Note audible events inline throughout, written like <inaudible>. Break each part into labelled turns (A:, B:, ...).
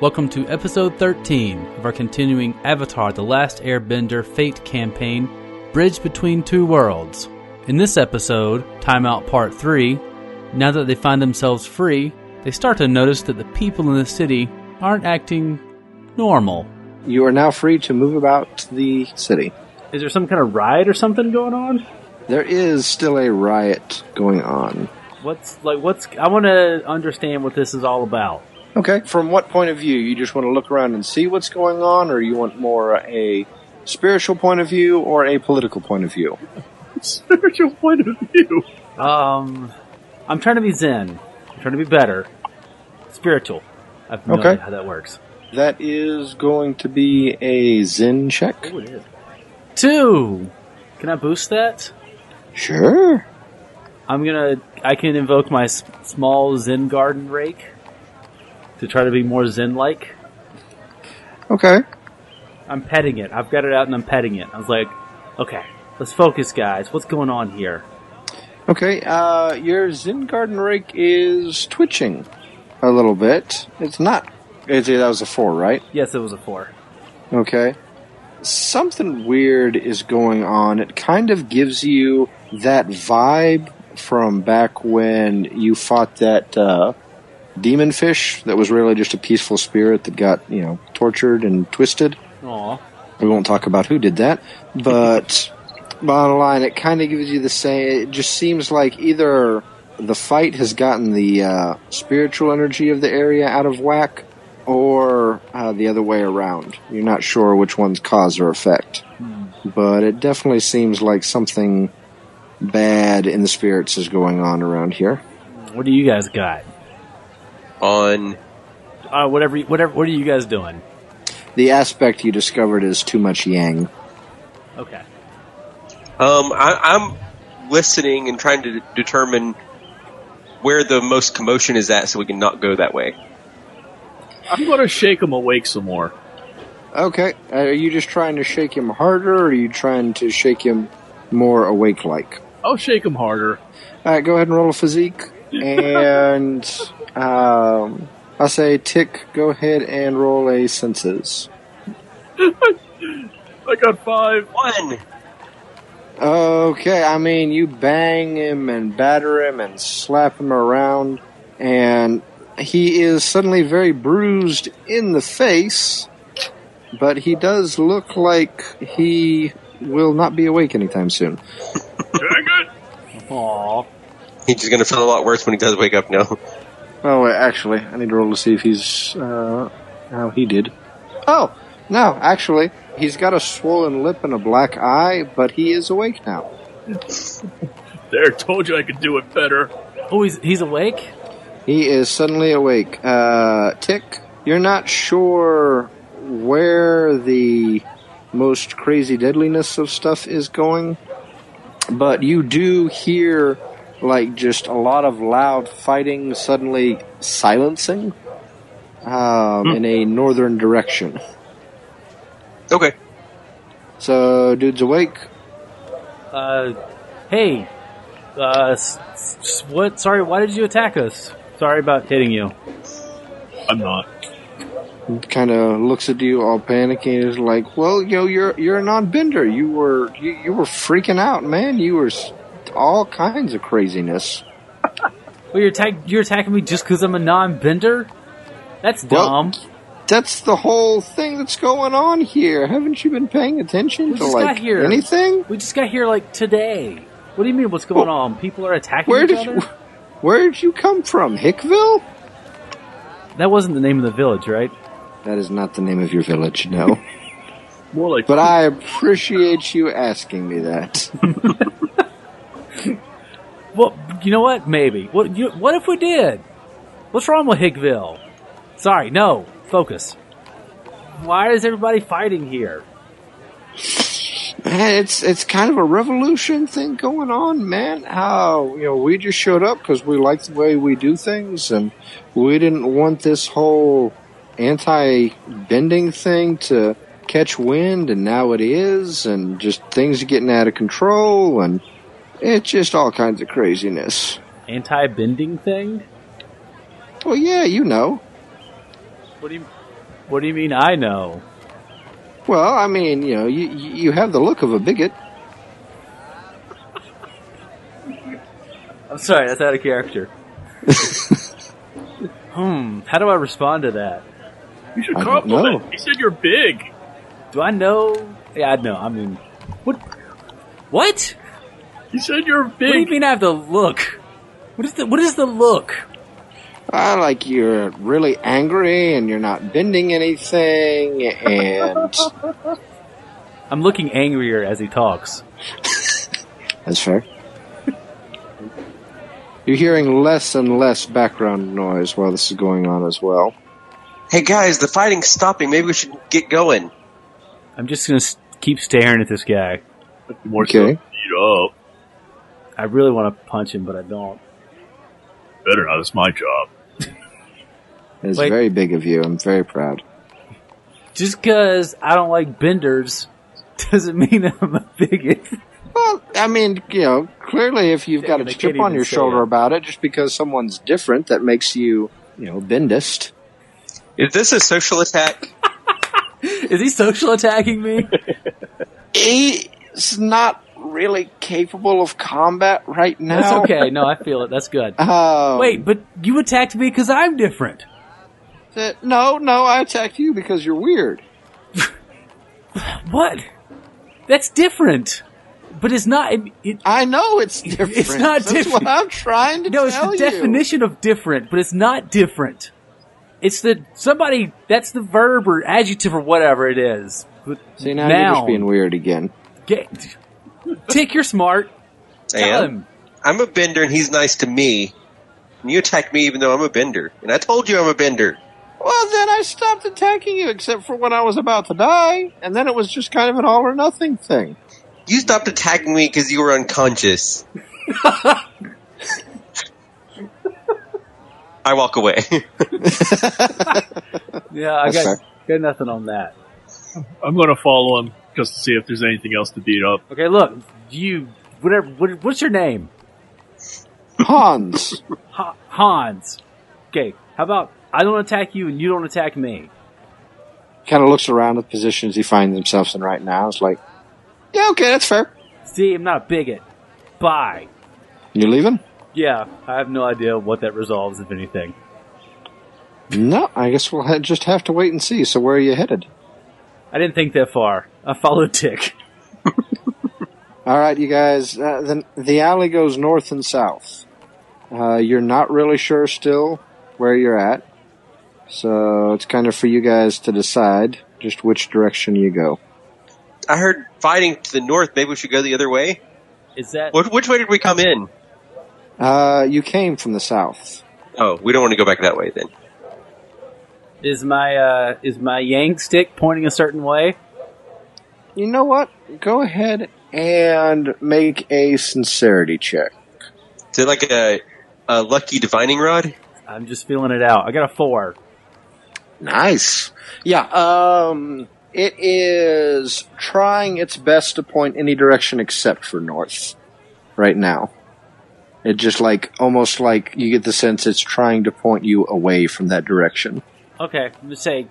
A: Welcome to episode 13 of our continuing Avatar The Last Airbender Fate campaign, Bridge Between Two Worlds. In this episode, Timeout Part 3, now that they find themselves free, they start to notice that the people in the city aren't acting normal.
B: You are now free to move about the city.
C: Is there some kind of riot or something going on?
B: There is still a riot going on.
C: What's like what's I want to understand what this is all about.
B: Okay. From what point of view? You just want to look around and see what's going on, or you want more a spiritual point of view or a political point of view?
C: Spiritual point of view. Um I'm trying to be zen. I'm trying to be better. Spiritual. I have no
B: Okay.
C: idea how that works.
B: That is going to be a Zen check.
C: Oh, it is. Two. Can I boost that?
B: Sure.
C: I'm gonna. I can invoke my s- small Zen garden rake to try to be more Zen-like.
B: Okay.
C: I'm petting it. I've got it out and I'm petting it. I was like, okay, let's focus, guys. What's going on here?
B: Okay. Uh, your Zen garden rake is twitching a little bit. It's not. It, that was a four, right?
C: Yes, it was a four.
B: Okay. Something weird is going on. It kind of gives you that vibe from back when you fought that uh, demon fish that was really just a peaceful spirit that got, you know, tortured and twisted.
C: Aw.
B: We won't talk about who did that, but bottom line, it kind of gives you the same. It just seems like either the fight has gotten the uh, spiritual energy of the area out of whack, or uh, the other way around. You're not sure which one's cause or effect, but it definitely seems like something bad in the spirits is going on around here.
C: What do you guys got?
D: on
C: Uh, whatever, whatever. What are you guys doing?
B: The aspect you discovered is too much yang.
C: Okay.
D: um I, i'm listening and trying to determine where the most commotion is at so we can not go that way
E: I'm going to shake him awake some more.
B: Okay, Uh, are you just trying to shake him harder, or are you trying to shake him more awake like?
E: I'll shake him harder.
B: All right, go ahead and roll a physique. And um, I say, Tick, go ahead and roll a senses.
E: I got five.
D: one
B: Okay, I mean, you bang him and batter him and slap him around, and he is suddenly very bruised in the face, but he does look like he will not be awake anytime soon.
E: Dang it!
C: Aw.
D: he's just gonna feel a lot worse when he does wake up now <laughs>
B: Oh, wait, actually, I need to roll to see if he's uh, how he did. Oh no, actually, he's got a swollen lip and a black eye, but he is awake now.
E: There, told you I could do it better.
C: Oh, he's he's awake.
B: He is suddenly awake. Uh, Tick, you're not sure where the most crazy deadliness of stuff is going, but you do hear like just a lot of loud fighting suddenly silencing um, in a northern direction.
D: okay
B: So, dude's awake.
C: Uh, hey. Uh, s- s- s- what? Sorry. Why did you attack us? Sorry about hitting you.
E: I'm not.
B: Kind of looks at you all panicking. Is like, well, you know, you're you're a non-bender. You were you, you were freaking out, man. You were s- all kinds of craziness.
C: Well, you're attack- you're attacking me just because I'm a non-bender. That's
B: Well,
C: dumb.
B: That's the whole thing that's going on here. Haven't you been paying attention
C: We
B: to
C: just
B: like
C: got here.
B: anything?
C: We just got here like today. What do you mean? What's going
B: Well,
C: on? People are attacking
B: Where
C: each
B: did
C: other.
B: you, where did you come from, Hickville?
C: That wasn't the name of the village, right?
B: That is not the name of your village,
C: <laughs>
B: no.
E: More like
B: but I appreciate you asking me that.
C: Well, you know what? Maybe. What? You, what if we did? What's wrong with Hickville? Sorry, no. Focus. Why is everybody fighting here?
B: Man, it's it's kind of a revolution thing going on, man. How you know we just showed up because we like the way we do things, and we didn't want this whole anti-bending thing to catch wind, and now it is, and just things are getting out of control, and it's just all kinds of craziness.
C: Anti-bending thing?
B: Well, yeah, you know,
C: What do you? What do you mean I know?
B: Well, I mean, you know, you you have the look of a bigot.
C: I'm sorry, that's out of
B: <laughs>
C: character. hmm, how do I respond to that?
E: You should
B: I don't
E: compliment.
B: know.
E: He said you're big.
C: Do I know? Yeah, I know. I mean, what? What?
E: He said you're
C: What do you
E: big.
C: mean I have to look? What is the What is the look?
B: I like you're really angry and you're not bending anything and
C: I'm looking angrier as he talks.
B: that's fair. <laughs> You're hearing less and less background noise while this is going on as well.
D: Hey guys, the fighting's stopping. Maybe we should get going.
C: I'm just gonna s- keep staring at this guy.
E: More
B: Okay.
E: stuff to eat up.
C: I really want to punch him, but I don't.
E: Better not. It's my job.
B: It's
C: Wait.
B: very big of you. I'm very proud.
C: Just because I don't like benders <laughs> doesn't mean I'm a bigot. <laughs>
B: Well, I mean, you know, clearly if you've got
C: Yeah,
B: a
C: they
B: chip
C: can't
B: on
C: even
B: your
C: say
B: shoulder
C: it.
B: about it just because someone's different, that makes you, you know, bendist.
D: Is this a social attack?
C: Is he social attacking me?
B: He's not really capable of combat right now.
C: That's okay. No, I feel it. That's good.
B: Um,
C: Wait, but you attacked me because I'm different.
B: th- no, no, I attacked you because you're weird.
C: What? That's different. But it's not. It, it,
B: I
C: <laughs>
B: know it's different.
C: not
B: That's
C: different.
B: what I'm trying to
C: no, it's
B: tell
C: the
B: you.
C: definition of different, but it's not different. It's the somebody. That's the verb or adjective or whatever it is. But
B: See, now you're
C: noun.
B: just being weird again.
C: Get, Tick, you're smart. Tell
D: And
C: him.
D: I'm a bender, and he's nice to me. And you attack me, even though I'm a bender. And I told you I'm a bender.
B: Well, then I stopped attacking you except for when I was about to die, and then it was just kind of an all or nothing thing.
D: You stopped attacking me because you were unconscious. I walk away. <laughs>
C: Yeah, I
B: That's
C: got, got nothing on that.
E: I'm going to follow him just to see if there's anything else to beat up.
C: Okay, look, you. Whatever. What, what's your name?
B: Hans. <laughs>
C: Ha- Hans. Okay. How about I don't attack you and you don't attack me?
B: kind of looks around at the positions he finds himself in right now. It's like, yeah, okay, that's fair.
C: See, I'm not a bigot. Bye.
B: You leaving?
C: Yeah, I have no idea what that resolves, if anything.
B: No, I guess we'll ha- just have to wait and see. So where are you headed?
C: I didn't think that far. I followed Tick.
B: All right, you guys. Uh, the, the alley goes north and south. Uh, you're not really sure still where you're at, so it's kind of for you guys to decide just which direction you go.
D: I heard fighting to the north. Maybe we should go the other way.
C: Is that
D: Which, which way did we come in?
B: Uh, you came from the south.
D: Oh, we don't want to go back that way then.
C: is my uh, is my yang stick pointing a certain way?
B: You know what? Go ahead and make a sincerity check.
D: Is it like a, a lucky divining rod?
C: I'm just feeling it out. I got a four.
B: Nice. Yeah. Um, it is trying its best to point any direction except for north right now. It just like almost like you get the sense it's trying to point you away from that direction.
C: Okay, I'm just saying.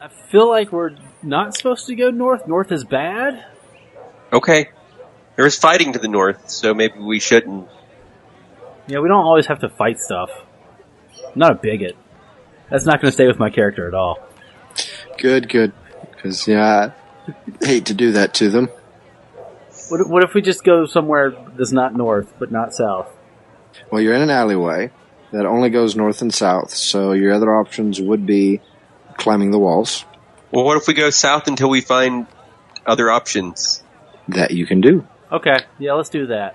C: I feel like we're not supposed to go north. North is bad.
D: Okay. There is fighting to the north, so maybe we shouldn't.
C: Yeah, we don't always have to fight stuff. I'm not a bigot. That's not going to stay with my character at all.
B: Good, good. Because yeah, I hate to do that to them.
C: What, if- what if we just go somewhere that's not north but not south?
B: Well, you're in an alleyway that only goes north and south, so your other options would be climbing the walls.
D: Well, what if we go south until we find other options?
B: That you can do.
C: Okay, yeah, let's do that.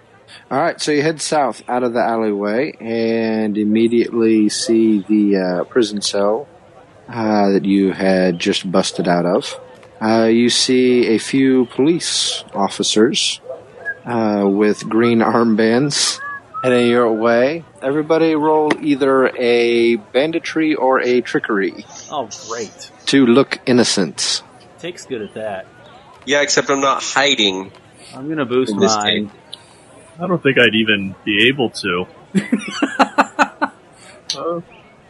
B: All right, so you head south out of the alleyway and immediately see the uh, prison cell uh, that you had just busted out of. Uh, you see a few police officers uh, with green armbands heading your way. Everybody roll either a banditry or a trickery
C: Oh, great.
B: to look innocent.
C: Tick's good at that.
D: Yeah, except I'm not hiding.
C: I'm gonna boost
D: In this
C: mine.
E: I don't think I'd even be able to.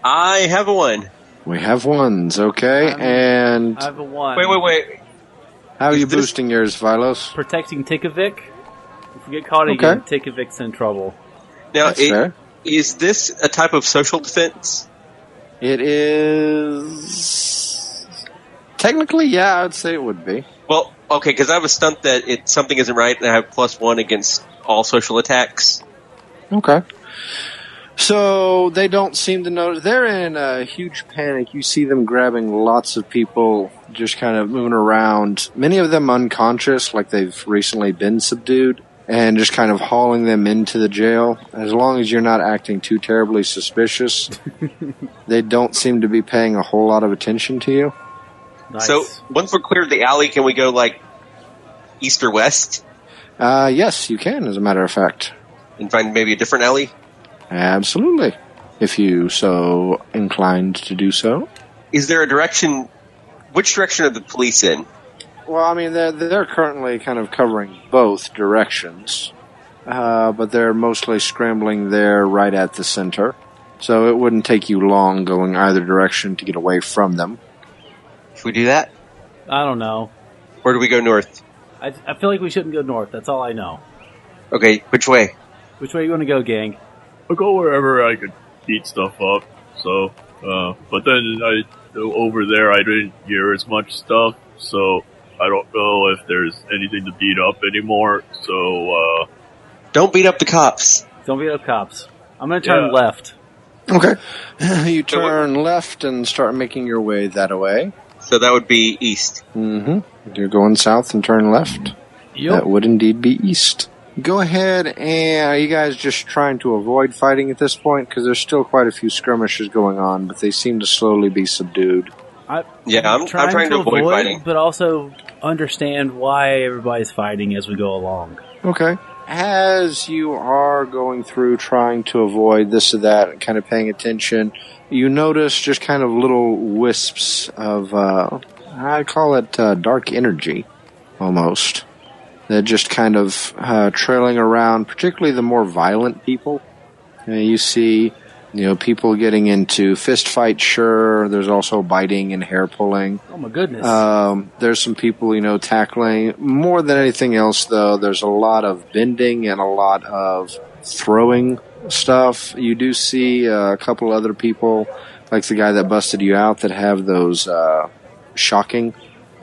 D: I have a one.
B: We have ones, okay?
C: I'm-
B: and
C: I have a one.
D: Wait, wait, wait.
B: Um, uh, how are
D: is
B: you
D: this-
B: boosting yours,
C: Uh,
B: Vilos?
C: Protecting Tikovic. If we get caught
B: Okay.
C: again, Tikovic's in trouble.
D: Now,
B: That's
D: it-
B: fair.
D: is this a type of social defense?
B: It is. Technically, yeah, I would say it would be.
D: Well, okay, because I was stumped that it something isn't right, and I have plus one against all social attacks.
B: Okay. So they don't seem to notice. They're in a huge panic. You see them grabbing lots of people, just kind of moving around. Many of them unconscious, like they've recently been subdued, and just kind of hauling them into the jail. As long as you're not acting too terribly suspicious, they don't seem to be paying a whole lot of attention to you.
C: Nice.
D: So once we're clear of the alley, can we go like east or west
B: Uh, yes, you can, as a matter of fact.
D: and find maybe a different alley?
B: Absolutely. If you so inclined to do so.
D: Is there a direction? Which direction are the police in?
B: Well, I mean, they're, they're currently kind of covering both directions, uh, but they're mostly scrambling there right at the center. So it wouldn't take you long going either direction to get away from them.
D: Should we do that,
C: I don't know.
D: or do we go north?
C: I, I feel like we shouldn't go north. That's all I know.
D: Okay, which way?
C: Which way you want to go, gang?
E: I'll go wherever I could eat stuff up. So, uh, but then I over there I didn't hear as much stuff, so I don't know if there's anything to beat up anymore. So, uh,
D: Don't beat up the cops.
C: Don't be up cops. I'm going to turn
E: Yeah.
C: left.
B: Okay. <laughs> you turn left and start making your way that way.
D: So that would be east.
B: hmm You're going south and turn left. That would indeed be east. Go ahead and are you guys just trying to avoid fighting at this point? Because there's still quite a few skirmishes going on, but they seem to slowly be subdued.
D: Yeah, I'm I'm trying, to, avoid, fighting.
C: but also understand why everybody's fighting as we go along.
B: Okay. As you are going through trying to avoid this or that, and kind of paying attention, you notice just kind of little wisps of, uh, I call it uh, dark energy, almost. They're just kind of uh, trailing around, particularly the more violent people. You, know, you see, you know, people getting into fist fights, sure. There's also biting and hair pulling.
C: Oh my goodness!
D: Uh,
B: Um, there's some people, you know, tackling. More than anything else, though, there's a lot of bending and a lot of throwing stuff. You do see uh, a couple other people, like the guy that busted you out, that have those uh, shocking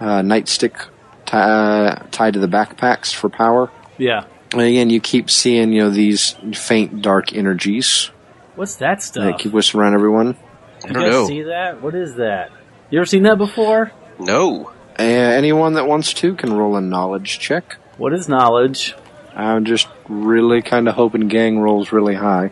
B: uh, nightstick ti- uh, tied to the backpacks for power.
C: yeah.
B: And again, you keep seeing, you know, these faint dark energies
C: What's that
B: that
C: stuff?
B: keep whispering around everyone.
D: I
C: you
D: don't
C: guys
D: know.
C: see that? What is that? You ever seen that before?
D: No.
B: Uh, anyone that wants to can roll a knowledge check.
C: What is knowledge?
B: I'm just really kind of hoping gang rolls really high.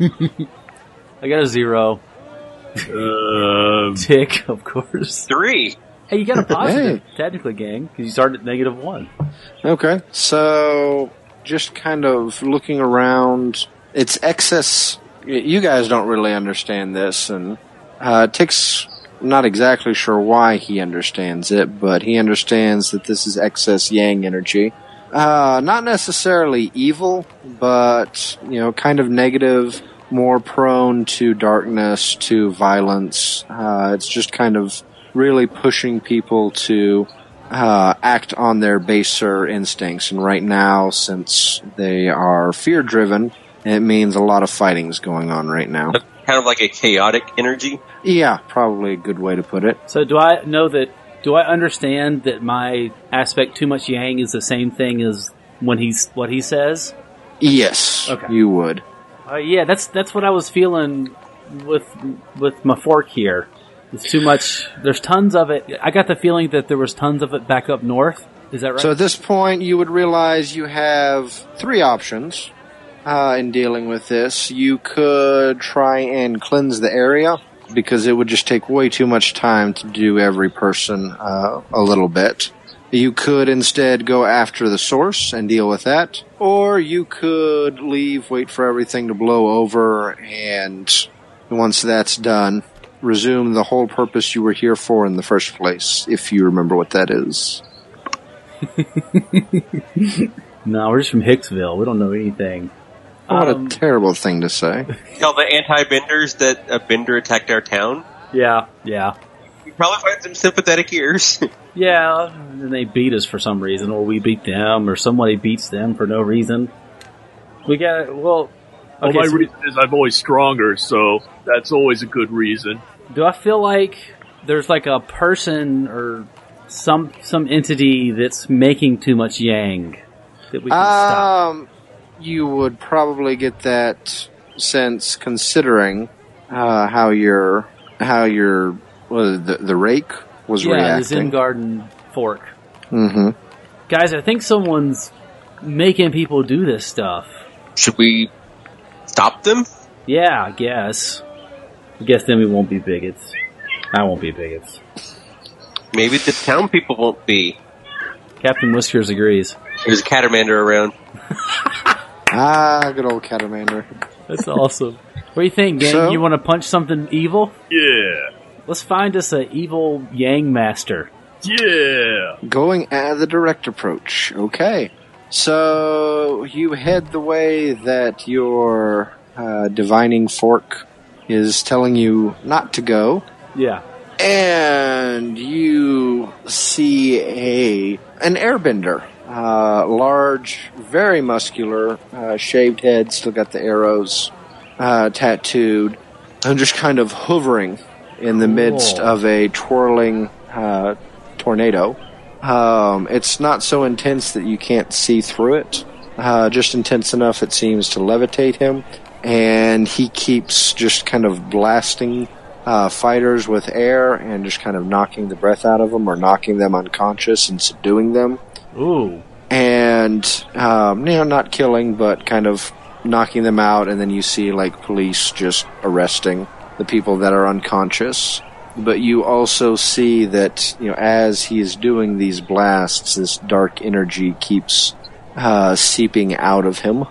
C: I got a zero. <laughs>
E: uh,
C: Tick, of course.
D: Three.
C: Hey, you got
D: <laughs>
C: a positive technically, gang, because you started at negative one.
B: Okay, so just kind of looking around, it's excess. y- You guys don't really understand this, and uh, Tick's not exactly sure why he understands it, but he understands that this is excess yang energy. Uh, not necessarily evil, but you know, kind of negative, more prone to darkness, to violence. Uh, it's just kind of really pushing people to uh, act on their baser instincts. And right now, since they are fear driven, it means a lot of fighting's going on right now.
D: Kind of like a chaotic energy.
B: Yeah, probably a good way to put it.
C: So do I know that? Do I understand that my aspect too much yang is the same thing as when he's what he says?
B: Yes,
C: Okay.
B: you would.
C: Uh, yeah, that's that's what I was feeling with with my fork here. It's too much. There's tons of it. I got the feeling that there was tons of it back up north. Is that right?
B: So at this point, you would realize you have three options uh, in dealing with this. You could try and cleanse the area because it would just take way too much time to do every person uh, a little bit. You could instead go after the source and deal with that, or you could leave, wait for everything to blow over, and once that's done, resume the whole purpose you were here for in the first place, if you remember what that is.
C: no, we're just from Hicksville. We don't know anything.
B: What
C: Um,
B: a terrible thing to say.
D: Tell the anti-benders that a bender attacked our town.
C: Yeah, yeah,
D: You probably find some sympathetic ears. <laughs>
C: yeah. And they beat us for some reason, or we beat them, or somebody beats them for no reason. We got to well.
E: Well,
C: Okay,
E: my
C: so
E: reason is I'm always stronger, so that's always a good reason.
C: do I feel like there's like a person or some some entity that's making too much yang that we can stop?
B: Um, you would probably get that sense considering uh, how your how your well, the the rake was
C: Yeah, the Zen
B: reacting.
C: Garden fork.
B: hmm
C: Guys, I think someone's making people do this stuff.
D: Should we stop them?
C: Yeah, I guess. I guess then we won't be bigots. I won't be bigots.
D: Maybe the town people won't be.
C: Captain Whiskers agrees.
D: There's a catamander around.
B: Ah, good old Catamander.
C: That's awesome. <laughs> What do you think, gang?
B: So?
C: You want to punch something evil?
E: Yeah,
C: Let's find us a evil Yang master.
E: yeah.
B: Going at the direct approach. Okay. So you head the way that your uh, divining fork is telling you not to go.
C: Yeah.
B: and you see a an airbender, uh, large, very muscular, uh, shaved head, still got the arrows uh, tattooed, and just kind of hovering in the midst
C: Cool.
B: of a twirling uh, tornado. Um, it's not so intense that you can't see through it. Uh, just intense enough, it seems, to levitate him, and he keeps just kind of blasting uh, fighters with air and just kind of knocking the breath out of them or knocking them unconscious and subduing them.
C: Ooh.
B: And, um, you know, not killing, but kind of knocking them out. And then you see, like, police just arresting the people that are unconscious. But you also see that, you know, as he is doing these blasts, this dark energy keeps uh, seeping out of him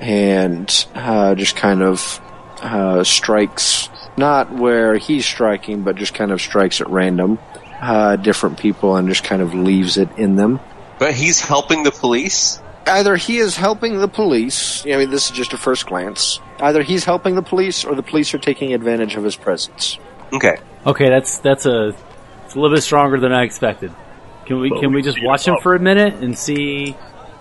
B: and uh, just kind of uh, strikes, not where he's striking, but just kind of strikes at random uh, different people and just kind of leaves it in them.
D: But he's helping the police.
B: Either he is helping the police, I mean, this is just a first glance. Either he's helping the police or the police are taking advantage of his presence.
D: Okay.
C: Okay, that's that's a, it's a little bit stronger than I expected. Can we
E: Well,
C: can
E: we
C: we just
E: beat
C: watch
E: him
C: him
E: up.
C: for a minute and see?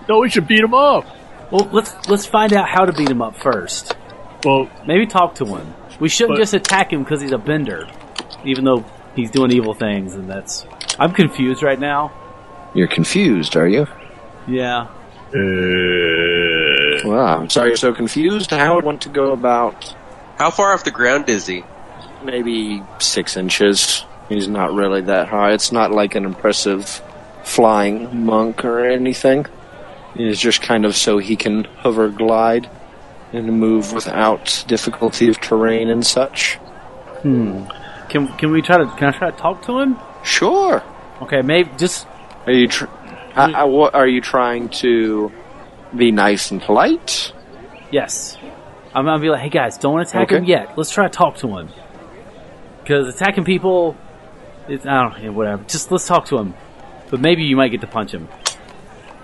E: No, we should beat him up.
C: Well, let's let's find out how to beat him up first.
E: Well,
C: Maybe talk to him. We shouldn't
E: But-
C: just attack him because he's a bender, even though he's doing evil things, and that's. I'm confused right now.
B: You're confused, are you?
C: Yeah.
E: uh,
B: Well, I'm sorry you're so confused. I would want to go about
D: How far off the ground is he?
B: maybe six inches. He's not really that high. It's not like an impressive flying monk or anything. It's just kind of so he can hover glide and move without difficulty of terrain and such.
C: Can can we try to? Can I try to talk to him?
B: Sure.
C: Okay, maybe just.
B: Are you tr- I, I- what, are you trying to be nice and polite?
C: Yes. I'm gonna be like, hey guys, don't attack him
B: Okay.
C: yet. Let's try to talk to him. Because attacking people, it's I don't know, whatever. Just let's talk to him. But maybe you might get to punch him.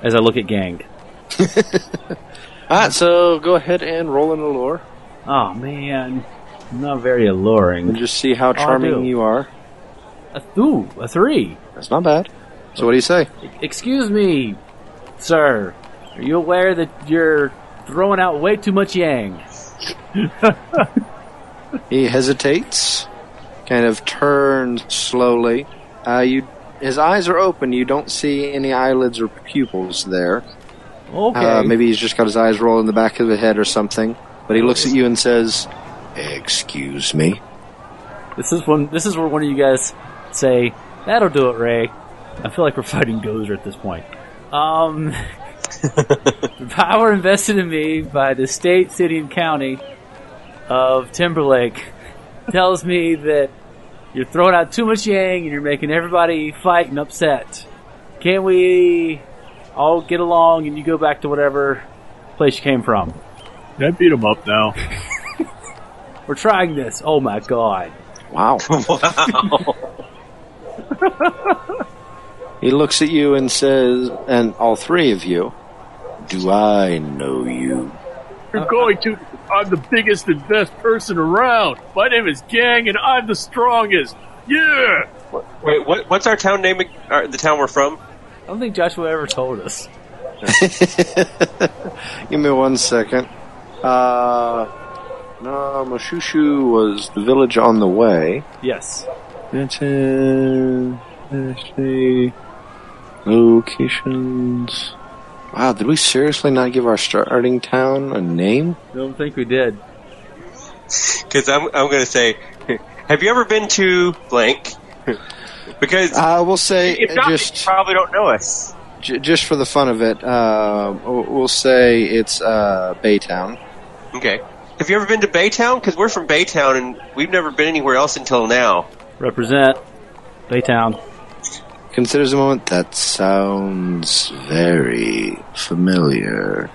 C: As I look at Gang.
B: All right, so go ahead and roll an allure
C: Oh man, not very alluring.
B: and just see how charming
C: do.
B: you are.
C: A, ooh, a three.
B: That's not bad. So what do you say?
C: Excuse me, sir. Are you aware that you're throwing out way too much yang?
B: He hesitates, kind of turns slowly. Uh, you, his eyes are open. You don't see any eyelids or pupils there.
C: Okay.
B: Uh, maybe he's just got his eyes rolled in the back of the head or something. But he looks at you and says, "Excuse me."
C: This is one. This is where one of you guys say, "That'll do it, Ray." I feel like we're fighting Gozer at this point. Um, the power invested in me by the state, city, and county of Timberlake tells me that you're throwing out too much yang and you're making everybody fight and upset. Can we all get along and you go back to whatever place you came from?
E: can I beat him up now?
C: We're trying this. Oh my god.
B: <laughs> Wow.
D: <laughs>
B: <laughs>
D: Wow.
B: He looks at you and says, and all three of you, "Do I know you?"
C: Uh,
E: You're going to. I'm the biggest and best person around. My name is Gang, and I'm the strongest. Yeah.
D: Wait, what, what's our town name? ag- Our, the town we're from?
C: I don't think Joshua ever told us.
B: Give me one second. Uh, no, Moshushu was the village on the way.
C: Yes.
B: It is. Let's see. Locations. Wow, did we seriously not give our starting town a name?
C: I don't think we did.
D: Because I'm, I'm going to say, <laughs> have you ever been to blank? <laughs> because
B: I will say,
D: if not, you
B: Uh, just
D: probably don't know us.
B: j- just for the fun of it, uh, w- we'll say it's uh, Baytown.
D: Okay. Have you ever been to Baytown? Because we're from Baytown and we've never been anywhere else until now.
C: Represent Baytown.
B: Considers a moment. That sounds very familiar.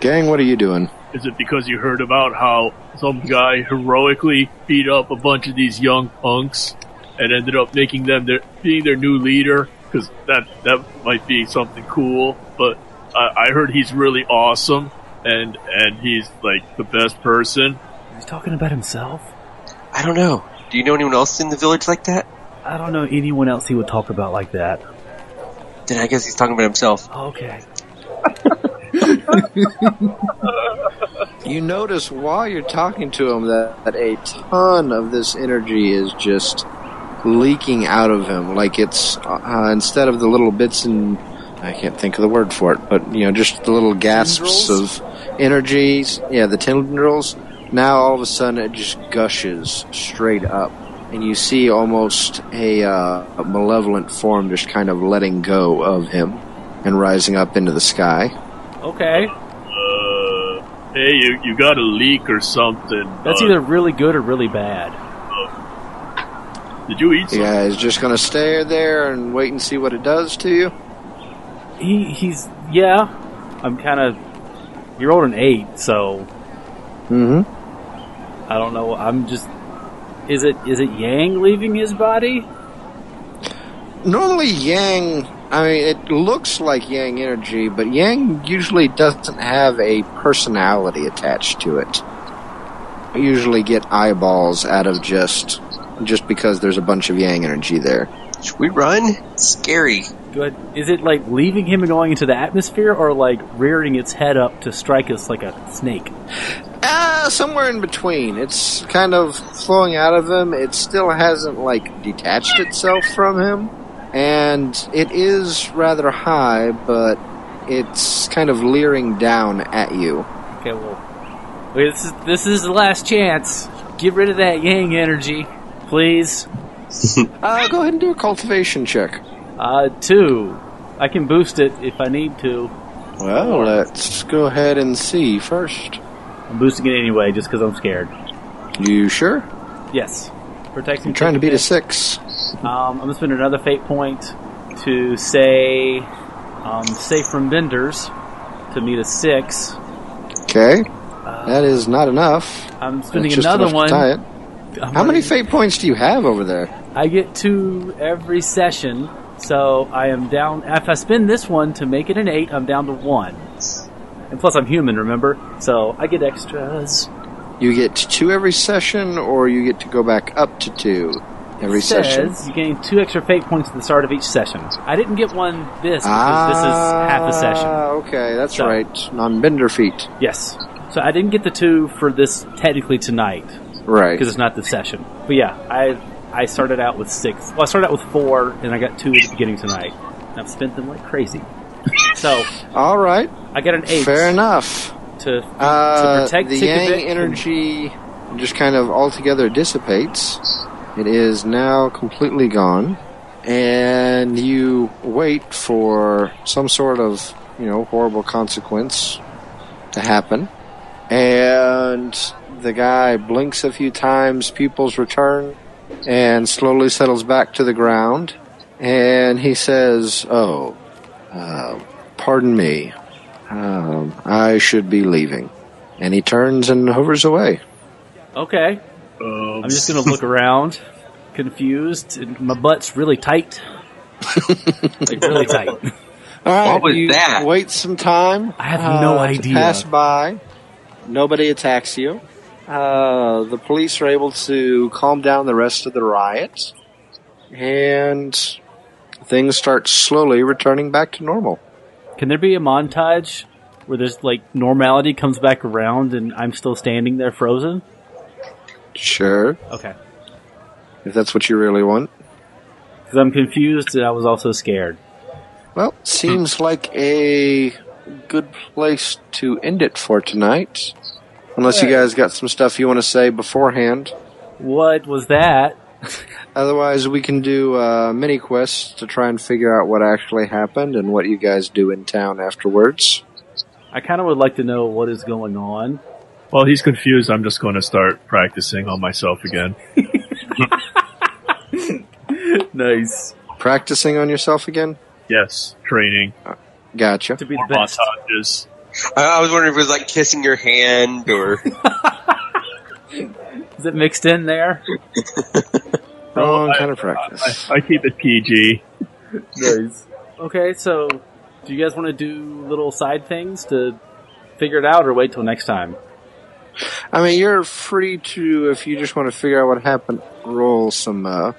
B: Gang, what are you doing?
E: Is it because you heard about how some guy heroically beat up a bunch of these young punks and ended up making them their, being their new leader? Because that that might be something cool. But I, I heard he's really awesome, and and he's like the best person.
C: He's talking about himself.
D: I don't know. Do you know anyone else in the village like that?
C: I don't know anyone else he would talk about like that.
D: Then I guess he's talking about himself.
C: Okay.
B: You notice while you're talking to him that, that a ton of this energy is just leaking out of him. Like it's uh, instead of the little bits and I can't think of the word for it, but you know, just the little gasps of energies. Yeah, the tendrils. Now all of a sudden it just gushes straight up, and you see almost a, uh, a malevolent form just kind of letting go of him and rising up into the sky.
C: Okay.
E: Uh, hey, you, you got a leak or something?
C: That's
E: Uh,
C: either really good or really bad.
E: Did you eat?
B: You
E: Something?
B: guys just gonna stare there and wait and see what it does to you?
C: He he's yeah. I'm kind of you're old an eight, so
B: Mm-hmm.
C: I don't know. I'm just is it is it Yang leaving his body?
B: Normally Yang I mean it looks like Yang energy, but Yang usually doesn't have a personality attached to it. I usually get eyeballs out of just just because there's a bunch of Yang energy there.
D: Should we run? Scary.
C: Do I, is it like leaving him and going into the atmosphere, or like rearing its head up to strike us like a snake?
B: Ah, somewhere in between. It's kind of flowing out of him. It still hasn't like detached itself from him, and it is rather high, but it's kind of leering down at you.
C: Okay, well, wait, this is this is the last chance. Get rid of that Yang energy, please.
B: Uh, go ahead and do a cultivation check.
C: Uh, two. I can boost it if I need to.
B: Well, let's go ahead and see first.
C: I'm boosting it anyway, just because I'm scared.
B: You sure?
C: Yes, protecting.
B: I'm trying to beat a six.
C: Um, I'm gonna spend another fate point to say um, safe from benders to meet a six.
B: Okay, that is not enough.
C: I'm spending
B: That's just
C: another
B: enough
C: one.
B: to tie it.
C: I'm
B: How many
C: already-
B: fate points do you have over there?
C: I get two every session, so I am down. If I spend this one to make it an eight, I'm down to one. And plus, I'm human, remember? So I get extras.
B: You get two every session, or you get to go back up to two every
C: It
B: session.
C: Says you gain two extra fate points at the start of each session. I didn't get one this because this is half a session.
B: Ah, Okay, that's
C: So-
B: right. Non bender feet.
C: Yes. So I didn't get the two for this technically tonight
B: Right.
C: because it's not the session. But yeah, I I started out with six. Well, I started out with four, and I got two at the beginning tonight. And I've spent them like crazy. So
B: All right.
C: I got an eight.
B: Fair enough.
C: to,
B: Uh,
C: to protect
B: the
C: Tikkavik
B: yang energy just kind of altogether dissipates. It is now completely gone, and you wait for some sort of you know horrible consequence to happen. And the guy blinks a few times, pupils return, and slowly settles back to the ground. And he says, "Oh, uh, pardon me. Um, I should be leaving." And he turns and hovers away.
C: and- Okay,
E: Um,
C: I'm just gonna look around, confused. and My butt's really
B: <laughs>
C: tight, like really tight.
B: All right,
D: was
B: you
D: that?
B: Wait some time. uh,
C: I have no
B: to
C: idea.
B: Pass by. Nobody attacks you. Uh, the police are able to calm down the rest of the riot, and things start slowly returning back to normal.
C: Can there be a montage where there's like normality comes back around and I'm still standing there frozen?
B: Sure,
C: Okay.
B: if that's what you really want.
C: Because I'm confused and I was also scared.
B: Well, seems like a good place to end it for tonight. Unless you guys got some stuff you want to say beforehand.
C: What was that?
B: Otherwise, we can do uh, mini quests to try and figure out what actually happened and what you guys do in town afterwards.
C: I kind of would like to know what is going on.
E: While he's confused, I'm just going to start practicing on myself again.
C: nice.
B: Practicing on yourself again?
E: Yes, training.
B: Gotcha.
C: To be
E: More
C: the best.
E: montages.
D: I, I was wondering if it was like kissing your hand or
C: Is it mixed in there?
B: Wrong
E: I-
B: kind of practice.
E: I, I keep it PG.
C: nice. Okay, so do you guys want to do little side things to figure it out or wait till next time?
B: I mean, you're free to, if you just want to figure out what happened, roll some uh,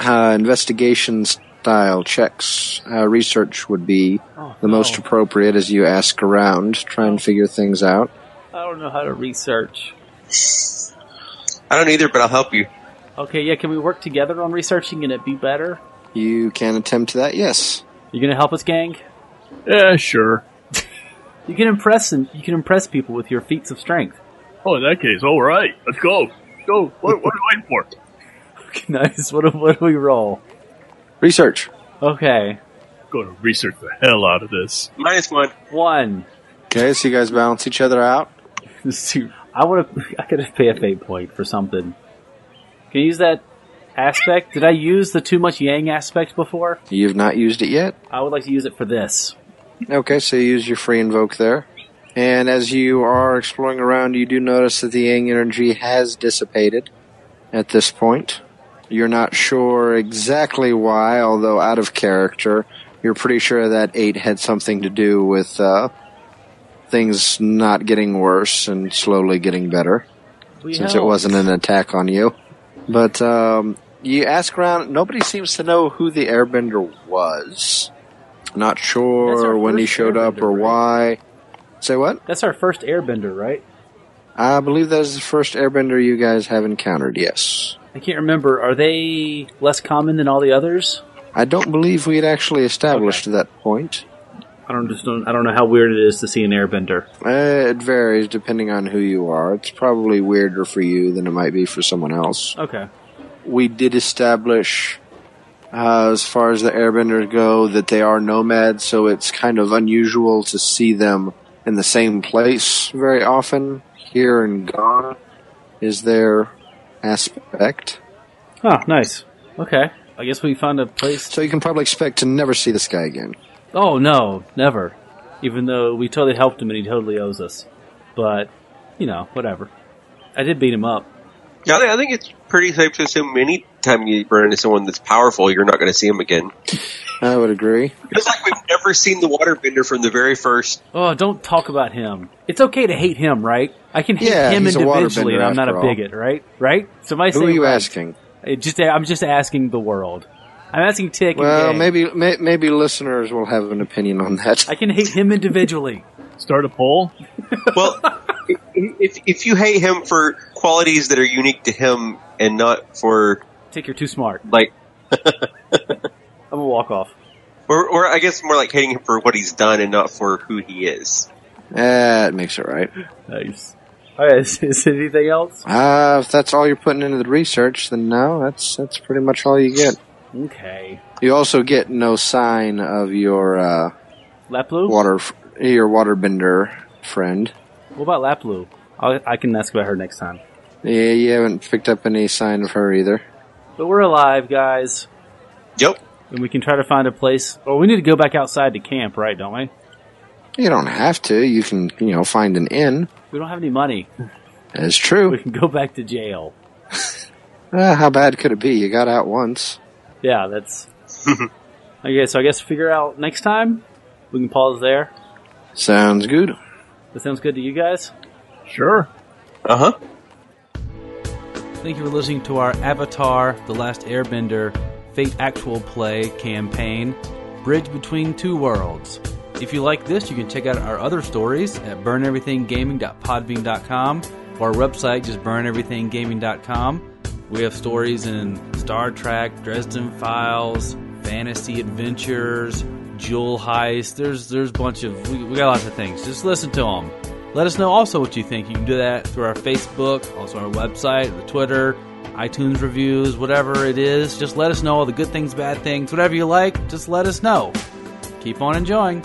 B: uh, investigation style checks. Uh, research would be
C: Oh,
B: the most
C: no.
B: appropriate as you ask around, try and figure things out.
C: I don't know how to research.
D: I don't either, but I'll help you.
C: Okay, yeah, can we work together on researching and it be better?
B: You can attempt that, yes.
C: You gonna help us, gang?
E: Yeah, sure.
C: You can impress and you can impress people with your feats of strength. <laughs>
E: Oh, in that case, all right, let's go. Go. What, what are you waiting for?
C: nice. What do, what do we roll?
B: Research.
C: Okay,
E: Going to research the hell out of this.
D: Minus one.
C: one. <laughs>
B: Okay, so you guys balance each other out.
C: I want to. <laughs> I gotta pay a fate point for something. Can you use that aspect? Did I use the too much yang aspect before?
B: You've not used it yet.
C: I would like to use it for this.
B: Okay, so you use your free invoke there. And as you are exploring around, you do notice that the yang energy has dissipated at this point. You're not sure exactly why, although out of character, you're pretty sure that 8 had something to do with uh, things not getting worse and slowly getting better.
C: We
B: since it
C: help.
B: wasn't an attack on you. But um, you ask around, nobody seems to know who the airbender was. Not
C: That's our
B: sure when he
C: first
B: showed up
C: airbender,
B: or why. Say what?
C: That's our first Airbender, right?
B: I believe that is the first airbender you guys have encountered, yes.
C: I can't remember. Are they less common than all the others?
B: I don't believe we had actually established that point.
C: I don't just don't. I don't know how weird it is to see an Airbender.
B: Uh, it varies depending on who you are. It's probably weirder for you than it might be for someone else.
C: Okay.
B: we did establish uh, as far as the airbenders go that they are nomads so it's kind of unusual to see them in the same place very often here and gone is their aspect
C: Huh. Nice. Okay. I guess we found a place.
B: so you can probably expect to never see this guy again
C: Oh no, never. Even though we totally helped him and he totally owes us. But, you know, whatever. I did beat him up.
D: Yeah, I think- I think it's pretty safe to assume anytime you run into someone that's powerful, you're not going to see them again.
B: i would agree
D: It's like we've never seen the waterbender from the very first.
C: Oh, don't talk about him. It's okay to hate him, right? I can hate
B: Yeah,
C: him
B: he's a
C: individually and
B: waterbender
C: I'm not a
B: after all.
C: bigot, right? Right? Somebody
B: who
C: say
B: are you
C: right.
B: asking
C: It just I'm just asking the world. I'm asking Tick
B: well
C: and Yang.
B: maybe may, maybe listeners will have an opinion on that
C: I can hate him individually.
E: Start a poll.
D: Well, <laughs> i- if if you hate him for qualities that are unique to him and not for
C: Tick, you're too smart.
D: like,
C: I'm gonna walk off.
D: or or I guess more like hating him for what he's done and not for who he is.
B: <laughs> that makes it right
C: Nice. Alright, <laughs> is, is there anything else?
B: uh, if that's all you're putting into the research then no that's that's pretty much all you get
C: Okay.
B: You also get no sign of your uh,
C: Laplu?
B: water, your waterbender friend.
C: What about Laplu? I'll, I can ask about her next time.
B: Yeah, you haven't picked up any sign of her either.
C: But we're alive, guys.
D: Yep.
C: and we can try to find a place. Well, we need to go back outside to camp, right? Don't we?
B: You don't have to. You can, you know, find an inn.
C: We don't have any money. <laughs>
B: That's
C: We
B: true.
C: can go back to jail.
B: Uh, how bad could it be? You got out once.
C: Yeah, that's. okay, so I guess figure out next time. We can pause there.
B: Sounds good.
C: That sounds good to you guys.
E: Sure.
D: Uh huh.
C: Thank you for listening to our Avatar The Last Airbender Fate Actual Play campaign, Bridge Between Two Worlds. If you like this, you can check out our other stories at burneverythinggaming.podbean.com or our website, just burneverythinggaming.com. We have stories in Star Trek, Dresden Files, Fantasy Adventures, Jewel Heist. There's there's a bunch of we, we got lots of things. Just listen to them. Let us know also what you think. You can do that through our Facebook, also our website, the Twitter, iTunes reviews, whatever it is. Just let us know all the good things, bad things, whatever you like. Just let us know. Keep on enjoying.